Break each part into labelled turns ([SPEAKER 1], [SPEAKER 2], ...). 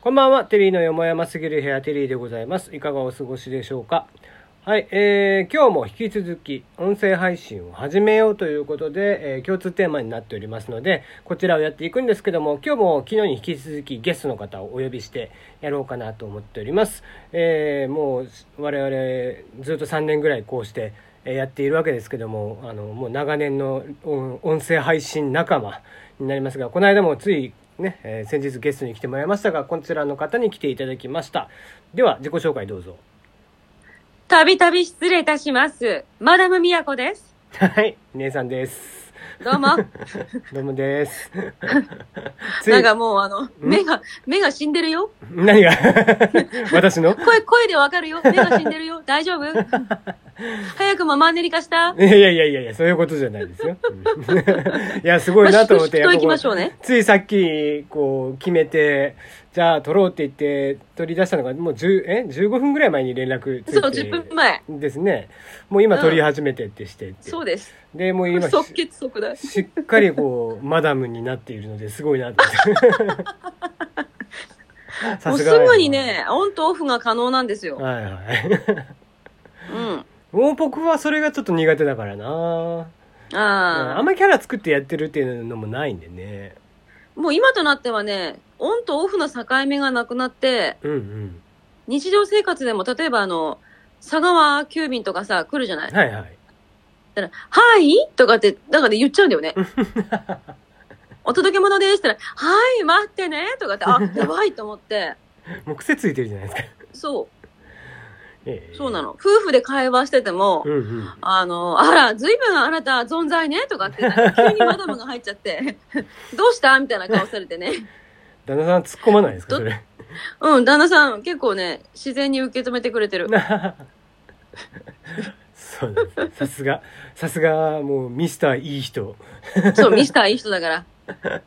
[SPEAKER 1] こんばんは、テリーのよもやますぎる部屋、テリーでございます。いかがお過ごしでしょうか。はい、えー、今日も引き続き音声配信を始めようということで、えー共通テーマになっておりますので、こちらをやっていくんですけども、今日も昨日に引き続きゲストの方をお呼びしてやろうかなと思っております。えー、もう我々ずっと3年ぐらいこうして、えーやっているわけですけども、あの、もう長年の音音声配信仲間になりますが、この間もついね、えー先日ゲストに来てもらいましたが、こちらの方に来ていただきました。では、自己紹介どうぞ。
[SPEAKER 2] たびたび失礼いたします。マダムみやこです。
[SPEAKER 1] はい、姉さんです。
[SPEAKER 2] どうも。
[SPEAKER 1] どうも です。 つい
[SPEAKER 2] なんかもうあの、目が、目が死んでるよ。
[SPEAKER 1] 何が 私の
[SPEAKER 2] 声、声でわか るよ。目が死んでるよ。大丈夫早くもマンネリ化した
[SPEAKER 1] いやいやいやいや、そういうことじゃないですよ。うん いや、すごいなと思って、
[SPEAKER 2] まあ粛々と行き
[SPEAKER 1] や
[SPEAKER 2] ま
[SPEAKER 1] っ
[SPEAKER 2] しょうね
[SPEAKER 1] ぱこうついさっき、こう、決めて、じゃあ撮ろうって言って、取り出したのが、もう10、え ?15 分ぐらい前に連絡ついて。
[SPEAKER 2] そう、10分前。
[SPEAKER 1] ですね。もう今撮り始めてってしてって。
[SPEAKER 2] そうです。
[SPEAKER 1] で、もう今、
[SPEAKER 2] 即決即だ。
[SPEAKER 1] しっかりこう、マダムになっているのですごい なって。
[SPEAKER 2] も
[SPEAKER 1] さ
[SPEAKER 2] うす
[SPEAKER 1] がだな
[SPEAKER 2] ぐに。ね、オンとオフが可能なんですよ。
[SPEAKER 1] はいはい。
[SPEAKER 2] うん。
[SPEAKER 1] もう僕はそれがちょっと苦手だからな。
[SPEAKER 2] あ
[SPEAKER 1] あ
[SPEAKER 2] あ
[SPEAKER 1] ん。まりキャラ作ってやってるっていうのもないんでね。
[SPEAKER 2] もう今となってはね、オンとオフの境目がなくなって、
[SPEAKER 1] うんうん。
[SPEAKER 2] 日常生活でも、例えばあの、佐川急便とかさ、来るじゃない
[SPEAKER 1] はいはい。
[SPEAKER 2] ったら、はいとかって、なんかね、言っちゃうんだ よね。お届け物ですって言ったら、はい、待ってねとかって、 あ、やばいと思って。
[SPEAKER 1] もう癖ついてるじゃないですか。
[SPEAKER 2] そ
[SPEAKER 1] ええ
[SPEAKER 2] う、そうな。の。夫婦で会話してても
[SPEAKER 1] う、んうん。
[SPEAKER 2] あの、あら、ずいぶんあなた存在ねとかって、急にマダムが入っちゃ って、どうしたみたいな顔されてね。
[SPEAKER 1] 旦那さん突っ込まないですかそれ。
[SPEAKER 2] うん、旦那さん結構ね、自然に受け止めてくれ てる。
[SPEAKER 1] そうなんです。さすが。さすが、もうミスターいい人。
[SPEAKER 2] そう、ミスターいい人だから。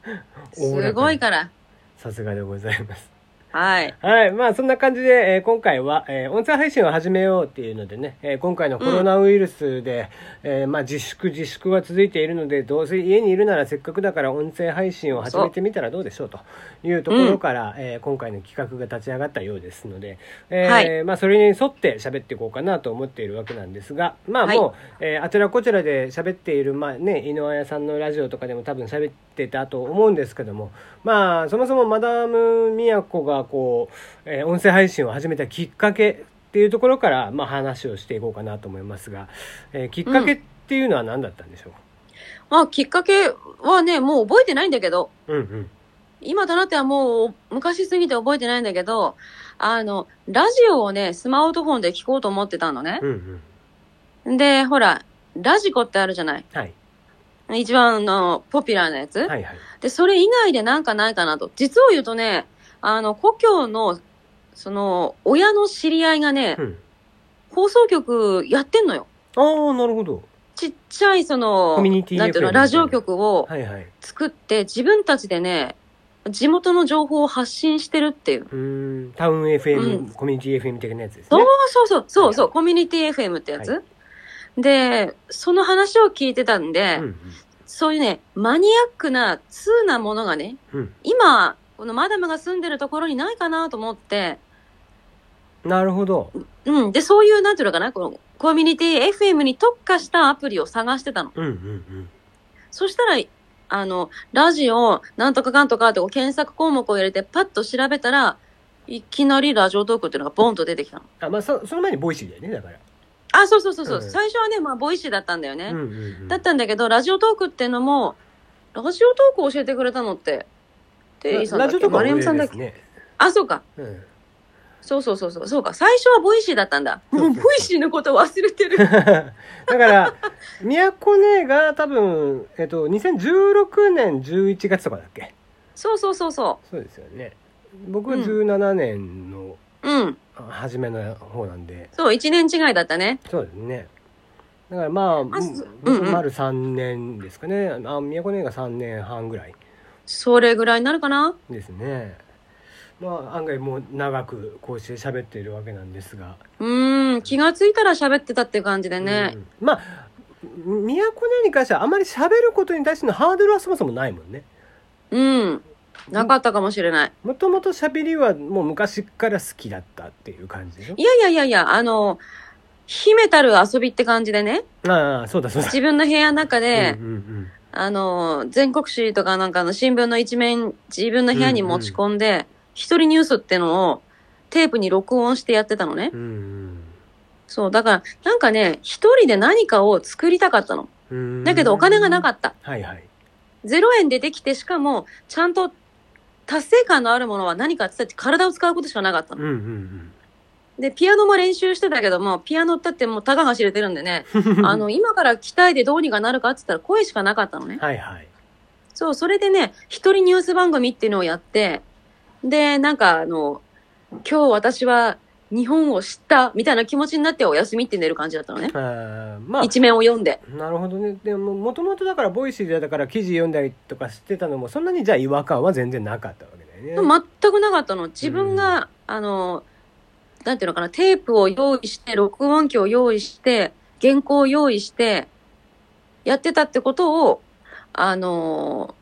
[SPEAKER 1] おおらかに
[SPEAKER 2] すごいから。
[SPEAKER 1] さすがでございます。
[SPEAKER 2] はい。
[SPEAKER 1] はい。まあ、そんな感じで、えー今回は、えー音声配信を始めようっていうのでね、えー今回のコロナウイルスで、えーまあ、自粛自粛が続いているので、どうせ家にいるならせっかくだから音声配信を始めてみたらどうでしょうというところから、えー今回の企画が立ち上がったようですので、えー
[SPEAKER 2] はい
[SPEAKER 1] まあ、それに沿って喋っていこうかなと思っているわけなんですが、まあ、
[SPEAKER 2] はい
[SPEAKER 1] もう、えーあちらこちらで喋っている、まあね、井上彩さんのラジオとかでも多分喋ってたと思うんですけども、まあ、そもそもマダム宮子がこう、えー音声配信を始めたきっかけっていうところから、まあ、話をしていこうかなと思いますが、えーきっかけっていうのは何だったんでしょ
[SPEAKER 2] まあ、きっかけはね、もう覚えてないんだけど、
[SPEAKER 1] う、うんうん、
[SPEAKER 2] 今となってはもう昔すぎて覚えてないんだけど、あの、ラジオをね、スマートフォンで聞こうと思ってたのね
[SPEAKER 1] う。んうん
[SPEAKER 2] で、ほら、ラジコってあるじゃない。
[SPEAKER 1] はい
[SPEAKER 2] 一番あのポピュラーなやつ、
[SPEAKER 1] はいはい
[SPEAKER 2] で、それ以外でなんかないかなと。実を言うとね、あの、故郷の、その、親の知り合いがね、
[SPEAKER 1] うん
[SPEAKER 2] 放送局やってんのよ。
[SPEAKER 1] ああなるほど
[SPEAKER 2] ちっちゃい、その、
[SPEAKER 1] コミュニティ
[SPEAKER 2] なんていうの、
[SPEAKER 1] FM
[SPEAKER 2] ラジオ局を
[SPEAKER 1] はいはい
[SPEAKER 2] 作って、自分たちでね、地元の情報を発信してるってい
[SPEAKER 1] う
[SPEAKER 2] う。
[SPEAKER 1] ーんタウン FM、
[SPEAKER 2] うん
[SPEAKER 1] コミュニティ FM 的なやつです
[SPEAKER 2] そう
[SPEAKER 1] ね
[SPEAKER 2] そうそう、そうそ
[SPEAKER 1] は
[SPEAKER 2] う、コミュニティ FM ってやつ、
[SPEAKER 1] は
[SPEAKER 2] で、その話を聞いてたんで、
[SPEAKER 1] うん
[SPEAKER 2] そういうね、マニアックな、通なものがね、
[SPEAKER 1] うん
[SPEAKER 2] 今、このマダムが住んでるところにないかなと思って、
[SPEAKER 1] うん、なるほど
[SPEAKER 2] うん。で、そういう、なんていうのかな、この、コミュニティ FM に特化したアプリを探してたの。
[SPEAKER 1] うんうん
[SPEAKER 2] そしたら、あの、ラジオ、なんとかかんとかってこう検索項目を入れて、パッと調べたら、いきなりラジオトークっていうのがボンと出てきたの。
[SPEAKER 1] あまあそその前にボイシーだよねだから、
[SPEAKER 2] あ、そうそうそうそう、
[SPEAKER 1] うん
[SPEAKER 2] 最初はね、まあ、ボイシーだったんだよね。
[SPEAKER 1] うんうんうん、
[SPEAKER 2] だったんだけど、ラジオトークってのも、ラジオトークを教えてくれたのって、テリーさんだ
[SPEAKER 1] ラ
[SPEAKER 2] っ
[SPEAKER 1] ジオ
[SPEAKER 2] け
[SPEAKER 1] とか
[SPEAKER 2] 丸
[SPEAKER 1] 俺
[SPEAKER 2] 山
[SPEAKER 1] です
[SPEAKER 2] さんだっけ
[SPEAKER 1] ね、
[SPEAKER 2] あ、そうか。
[SPEAKER 1] うん、
[SPEAKER 2] そうそうそうそう。そうか。最初はボイシーだったんだ。もうボイシーのこと忘れてる。
[SPEAKER 1] だから宮古姉が多分、えっと、2016年11月とかだっけ
[SPEAKER 2] そうそうそうそ
[SPEAKER 1] そうですよね僕は17年の
[SPEAKER 2] う。うん。
[SPEAKER 1] あ初めの方なんで、
[SPEAKER 2] そう、一年違いだったね。
[SPEAKER 1] そうですねだからまあ、うん
[SPEAKER 2] そう
[SPEAKER 1] 僕
[SPEAKER 2] うんうん
[SPEAKER 1] 丸3年ですかねあ宮古姉が3年半ぐらい
[SPEAKER 2] それぐらいになるかな
[SPEAKER 1] ですねまあ案外もう長くこうして喋っているわけなんですが
[SPEAKER 2] うーん。気がついたら喋ってたっていう感じで
[SPEAKER 1] う
[SPEAKER 2] ね。
[SPEAKER 1] んまあ宮古姉に関してはあまり喋ることに対してのハードルはそもそもないもんね
[SPEAKER 2] うん。なかったかもしれない。
[SPEAKER 1] もともと喋りはもう昔から好きだったっていう感じでしょ
[SPEAKER 2] いやいやいやいや、あの、秘めたる遊びって感じ でね、
[SPEAKER 1] ああ、そうだそうだ。
[SPEAKER 2] 自分の部屋の中で、
[SPEAKER 1] うんうんうん
[SPEAKER 2] あの、全国紙とかなんかの新聞の一面、自分の部屋に持ち込んで、一、人ニュースってのをテープに録音してやってたのね。
[SPEAKER 1] うん
[SPEAKER 2] そう、だから、なんかね、一人で何かを作りたかったの。
[SPEAKER 1] うん。
[SPEAKER 2] だけどお金がなか
[SPEAKER 1] っ
[SPEAKER 2] った。
[SPEAKER 1] た。はいはい。
[SPEAKER 2] 0円でできて、しかも、ちゃんと達成感のあるものは何かって言ったって体を使うことしかなかった
[SPEAKER 1] うん
[SPEAKER 2] の。
[SPEAKER 1] うんうん。
[SPEAKER 2] で、ピアノも練習してたけども、ピアノだってもうたかが知れてるんでね、あの、今から鍛えてどうにかなるかって言ったら声しかなかったのね。
[SPEAKER 1] はいはい。
[SPEAKER 2] そう、それでね、一人ニュース番組っていうのをやって、で、なんかあの、今日私は日本を知ったみたいな気持ちになってお休みって寝る感じだったのね。
[SPEAKER 1] あーまあ、
[SPEAKER 2] 一面を読んで。
[SPEAKER 1] なるほどね。でも、もともとだから、ボイシーでだから記事読んだりとかしてたのも、そんなにじゃあ違和感は全然なかったわけだよね。
[SPEAKER 2] でも全くなかったの。自分が、あの、なんていうのかな、テープを用意して、録音機を用意して、原稿を用意して、やってたってことを、あの、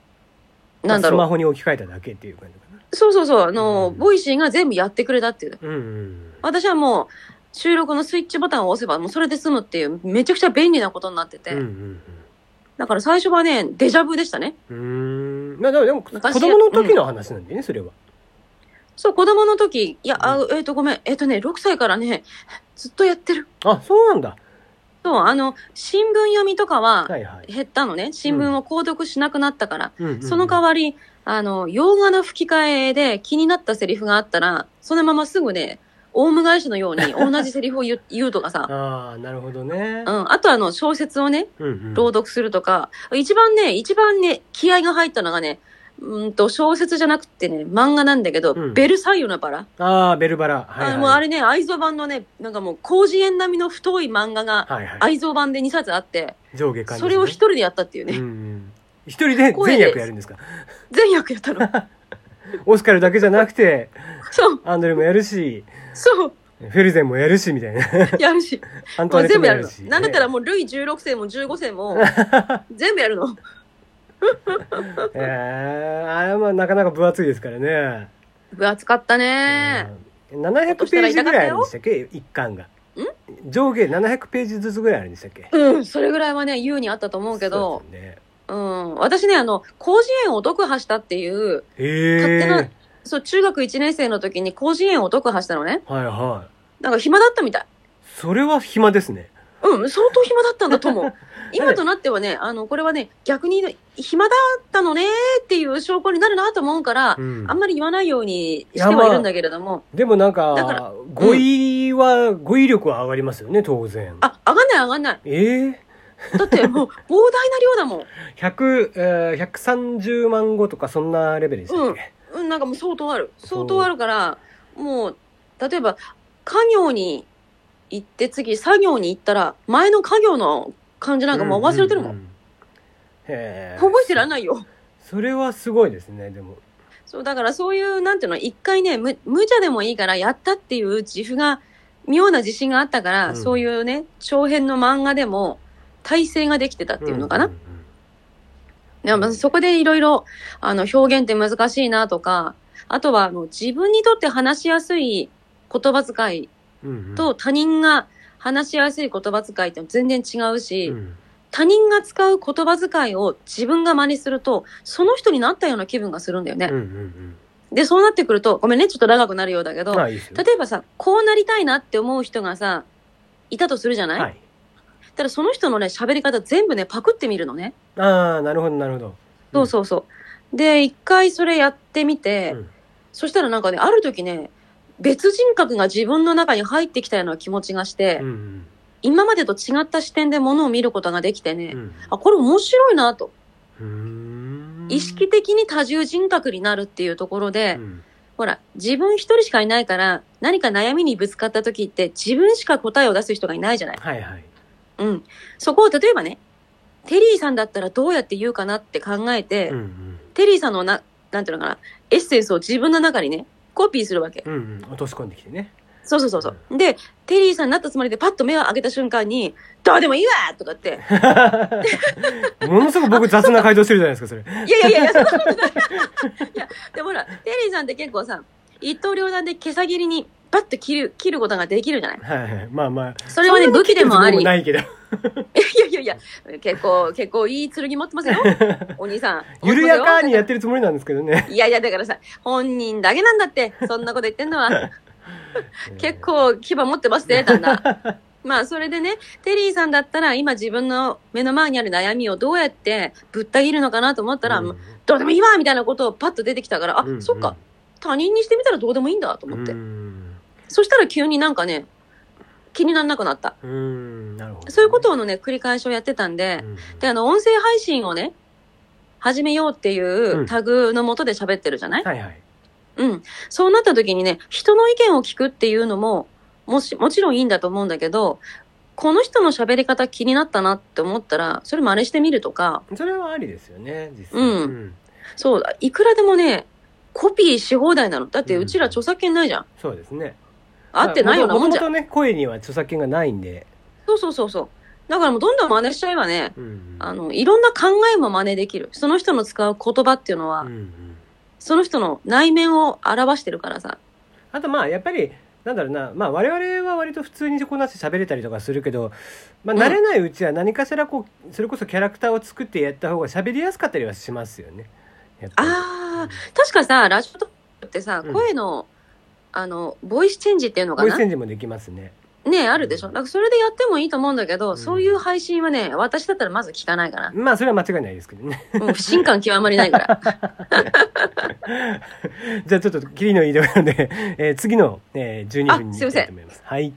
[SPEAKER 1] まあ
[SPEAKER 2] なんだ
[SPEAKER 1] スマ
[SPEAKER 2] ろ
[SPEAKER 1] ホに置き換えただけっていう感じかな。
[SPEAKER 2] う。そうそうそう、あの、
[SPEAKER 1] うん
[SPEAKER 2] ボイシーが全部やってくれたっていう。
[SPEAKER 1] うんうん。
[SPEAKER 2] 私はもう、収録のスイッチボタンを押せば、もうそれで済むっていう、めちゃくちゃ便利なことになってて。
[SPEAKER 1] うんうん
[SPEAKER 2] だから最初はね、デジャブでしたね。
[SPEAKER 1] うん。うーん。まあ、でも、子
[SPEAKER 2] 昔
[SPEAKER 1] 供の時の話なんだよね、それは。
[SPEAKER 2] そう、子供の時、いや、あえっ、と、ごめん、えっ、とね、6歳からね、ずっとやってる。
[SPEAKER 1] あ、そうなんだ。
[SPEAKER 2] そう、あの、新聞読みとかは
[SPEAKER 1] はいはい。
[SPEAKER 2] 減ったのね。新聞を購読しなくなったから。
[SPEAKER 1] うんうんうん
[SPEAKER 2] その代わり、あの、洋画の吹き替えで気になったセリフがあったら、そのまますぐね、オウム返しのように同じセリフを言う言うとか さ。
[SPEAKER 1] ああ、なるほどね
[SPEAKER 2] う。ん。あとあの、小説をね、
[SPEAKER 1] うんうん。
[SPEAKER 2] 朗読するとか、一番ね、一番ね、気合が入ったのがね、うーんと、小説じゃなくてね、漫画なんだけど、
[SPEAKER 1] うん
[SPEAKER 2] ベルサイユのバラ。
[SPEAKER 1] ああ、ベルバラ。はい、はい。
[SPEAKER 2] あもうあれね、愛蔵版のね、なんかもう、広辞苑並みの太い漫画が、
[SPEAKER 1] はいはい。
[SPEAKER 2] 愛蔵版で2冊あって、
[SPEAKER 1] 上下感じ、
[SPEAKER 2] それを一人でやったっていうね。
[SPEAKER 1] うんうん。一人で全役やるんですか
[SPEAKER 2] 全役やっ たの。
[SPEAKER 1] オスカルだけじゃなくて、
[SPEAKER 2] そう、
[SPEAKER 1] アンドレもやるし、
[SPEAKER 2] そう、
[SPEAKER 1] フェルゼンもやるし、みたいな。
[SPEAKER 2] やるし。
[SPEAKER 1] アント
[SPEAKER 2] ま
[SPEAKER 1] ワネット
[SPEAKER 2] あ、全
[SPEAKER 1] も
[SPEAKER 2] 部や
[SPEAKER 1] や
[SPEAKER 2] る
[SPEAKER 1] る
[SPEAKER 2] の
[SPEAKER 1] し。。
[SPEAKER 2] なんだったらもう、ルイ16世も15 世も、全部やるの。
[SPEAKER 1] ええあれはなかなか分厚いですからね。
[SPEAKER 2] 分厚かったね。
[SPEAKER 1] うん700ページぐらいあるんでしたっけ一巻が。上下700ページずつぐらいあるんでしたっけ
[SPEAKER 2] うん、それぐらいはね、優にあったと思うけど
[SPEAKER 1] そ、うですよね
[SPEAKER 2] うん、私ね、あの、広辞苑を読破したっていう、勝
[SPEAKER 1] へ
[SPEAKER 2] 手
[SPEAKER 1] え。
[SPEAKER 2] な、そう、中学1年生の時に広辞苑を読破したのね。
[SPEAKER 1] はいはい。
[SPEAKER 2] なんか暇だったみたい。
[SPEAKER 1] それは暇ですね。
[SPEAKER 2] うん、相当暇だったんだと思 う。今となってはね、あの、これはね、逆に暇だったのねっていう証拠になるなと思うから、
[SPEAKER 1] うん
[SPEAKER 2] あんまり言わないようにしてはいるんだけれども、
[SPEAKER 1] でもなん
[SPEAKER 2] だから
[SPEAKER 1] か、語彙は、語彙力は上がりますよね、当然。
[SPEAKER 2] あ、上がんない上がんない。
[SPEAKER 1] ええ
[SPEAKER 2] だってもう 膨大な量だもん。
[SPEAKER 1] 100えー、130万語とかそんなレベルでしたっけ、
[SPEAKER 2] うん、なんかもう相当ある。
[SPEAKER 1] そう
[SPEAKER 2] 相当あるから、もう、例えば、家業に行って次、作業に行ったら、前の家業の感じなんかもう忘れてるもん。
[SPEAKER 1] うううへえ
[SPEAKER 2] 覚えてらんないよ。
[SPEAKER 1] それはすごいですねでも
[SPEAKER 2] そう、だからそういう、なんていうの、一回ね、む、無茶でもいいからやったっていう自負が、妙な自信があったから、
[SPEAKER 1] うん
[SPEAKER 2] そういうね、長編の漫画でも、体制ができてたっていうのかな。
[SPEAKER 1] んんん
[SPEAKER 2] でもそこでいろいろ、あの、表現って難しいなとか、あとは、あの、自分にとって話しやすい言葉遣い
[SPEAKER 1] うんうん
[SPEAKER 2] と他人が話しやすい言葉遣いって全然違うし、
[SPEAKER 1] うん
[SPEAKER 2] 他人が使う言葉遣いを自分が真似すると、その人になったような気分がするんだよね。
[SPEAKER 1] うんうん
[SPEAKER 2] で、そうなってくると、ごめんね、ちょっと長くなるようだけ
[SPEAKER 1] う
[SPEAKER 2] ど、
[SPEAKER 1] んまあいいですよ
[SPEAKER 2] 例えばさ、こうなりたいなって思う人がさ、いたとするじゃない、
[SPEAKER 1] はい
[SPEAKER 2] ただその人のね、喋り方全部ね、パクってみるのね。
[SPEAKER 1] ああなるほどなるほど
[SPEAKER 2] そうそうそう。で、一回それやってみて、
[SPEAKER 1] うん
[SPEAKER 2] そしたらなんかね、ある時ね、別人格が自分の中に入ってきたような気持ちがして、
[SPEAKER 1] うんうん
[SPEAKER 2] 今までと違った視点で物を見ることができてね、
[SPEAKER 1] うん
[SPEAKER 2] あ、これ面白いなと。
[SPEAKER 1] うん
[SPEAKER 2] 意識的に多重人格になるっていうところで、
[SPEAKER 1] うん
[SPEAKER 2] ほら、自分一人しかいないから、何か悩みにぶつかった時って、自分しか答えを出す人がいないじゃない。
[SPEAKER 1] はいはい
[SPEAKER 2] うん。そこを例えばね、テリーさんだったらどうやって言うかなって考えて、
[SPEAKER 1] うんうん
[SPEAKER 2] テリーさんのな、なんていうのかな、エッセンスを自分の中にね、コピーするわけ。
[SPEAKER 1] うんうん落とし込んできてね
[SPEAKER 2] そうそうそうそう。で、テリーさんになったつもりでパッと目を開けた瞬間に、どうでもいいわとかって、
[SPEAKER 1] ものすごく僕雑な回答してるじゃないですか、それ。
[SPEAKER 2] いやいやいや、そんなことない。いや、でもほら、テリーさんって結構さ、一刀両断で毛先切りにパッと切る、切ることができるじゃない。
[SPEAKER 1] はいはい。まあまあ。
[SPEAKER 2] それはね、武器でもあり。いや
[SPEAKER 1] ないけど。
[SPEAKER 2] いやいや、結構、結構いい剣持っ てますよ。お兄さん。
[SPEAKER 1] 緩やかにやっててるつもりなんですけどね。
[SPEAKER 2] いやいや、だからさ、本人だけなんだって、そんなこと言ってんのは。結構牙持ってますね、旦那。 まあ、それでね、テリーさんだったら、今自分の目の前にある悩みをどうやってぶった切るのかなと思ったら、
[SPEAKER 1] うん、
[SPEAKER 2] どうでもいいわみたいなことをパッと出てきたから、あ、
[SPEAKER 1] うん
[SPEAKER 2] そっか、。他人にしてみたらどうでもいいんだと
[SPEAKER 1] う
[SPEAKER 2] 思って。
[SPEAKER 1] ん。
[SPEAKER 2] そしたら急になんかね、気にならなくなった。
[SPEAKER 1] うん。なるほど。
[SPEAKER 2] そういうことのね、繰り返しをやってたんで、
[SPEAKER 1] うん
[SPEAKER 2] で、あの、音声配信をね、始めようっていうタグのもとで喋ってるじゃない、
[SPEAKER 1] はいはい。
[SPEAKER 2] うん。そうなった時にね、人の意見を聞くっていうのも、もし、もちろんいいんだと思うんだけど、この人の喋り方気になったなって思ったら、それ真似してみるとか、
[SPEAKER 1] それはありですよね、実際。
[SPEAKER 2] うん
[SPEAKER 1] ん。
[SPEAKER 2] そう、いくらでもね、コピーし放題なの。だってうちら著作権ないじゃん。
[SPEAKER 1] そうですね。
[SPEAKER 2] 合ってないようなもんじゃん。
[SPEAKER 1] まあもともとね、声には著作権がないんで。
[SPEAKER 2] そうそうそうそう。だからもうどんどん真似しちゃえばね、
[SPEAKER 1] うん
[SPEAKER 2] あの、いろんな考えも真似できる。その人の使う言葉っていうのは、
[SPEAKER 1] うんうん
[SPEAKER 2] その人の内面を表してるからさ。
[SPEAKER 1] あとまあやっぱりなんだろうな、まあ、我々は割と普通にこうなって喋れたりとかするけど、まあ、
[SPEAKER 2] うん
[SPEAKER 1] 慣れないうちは何かしらこうそれこそキャラクターを作ってやった方が喋りやすかったりはしますよね。やっぱり
[SPEAKER 2] あー、確かさ、ラジオトークってさ、
[SPEAKER 1] うん
[SPEAKER 2] 声の、あの、ボイスチェンジっていうの
[SPEAKER 1] ボ
[SPEAKER 2] か
[SPEAKER 1] イス
[SPEAKER 2] な
[SPEAKER 1] チェンジもできますね。
[SPEAKER 2] ねあるでしょ。だからそれでやってもいいと思うんだけど、
[SPEAKER 1] うん
[SPEAKER 2] そういう配信はね、私だったらまず聞かないかな。
[SPEAKER 1] まあそれは間違いないですけどね。
[SPEAKER 2] もう不信感極まりないから。
[SPEAKER 1] じゃあちょっと切りのいいところで、えー次の、えー、12
[SPEAKER 2] あ
[SPEAKER 1] 分に
[SPEAKER 2] すいませ
[SPEAKER 1] いきた
[SPEAKER 2] ん
[SPEAKER 1] いと思います。はい。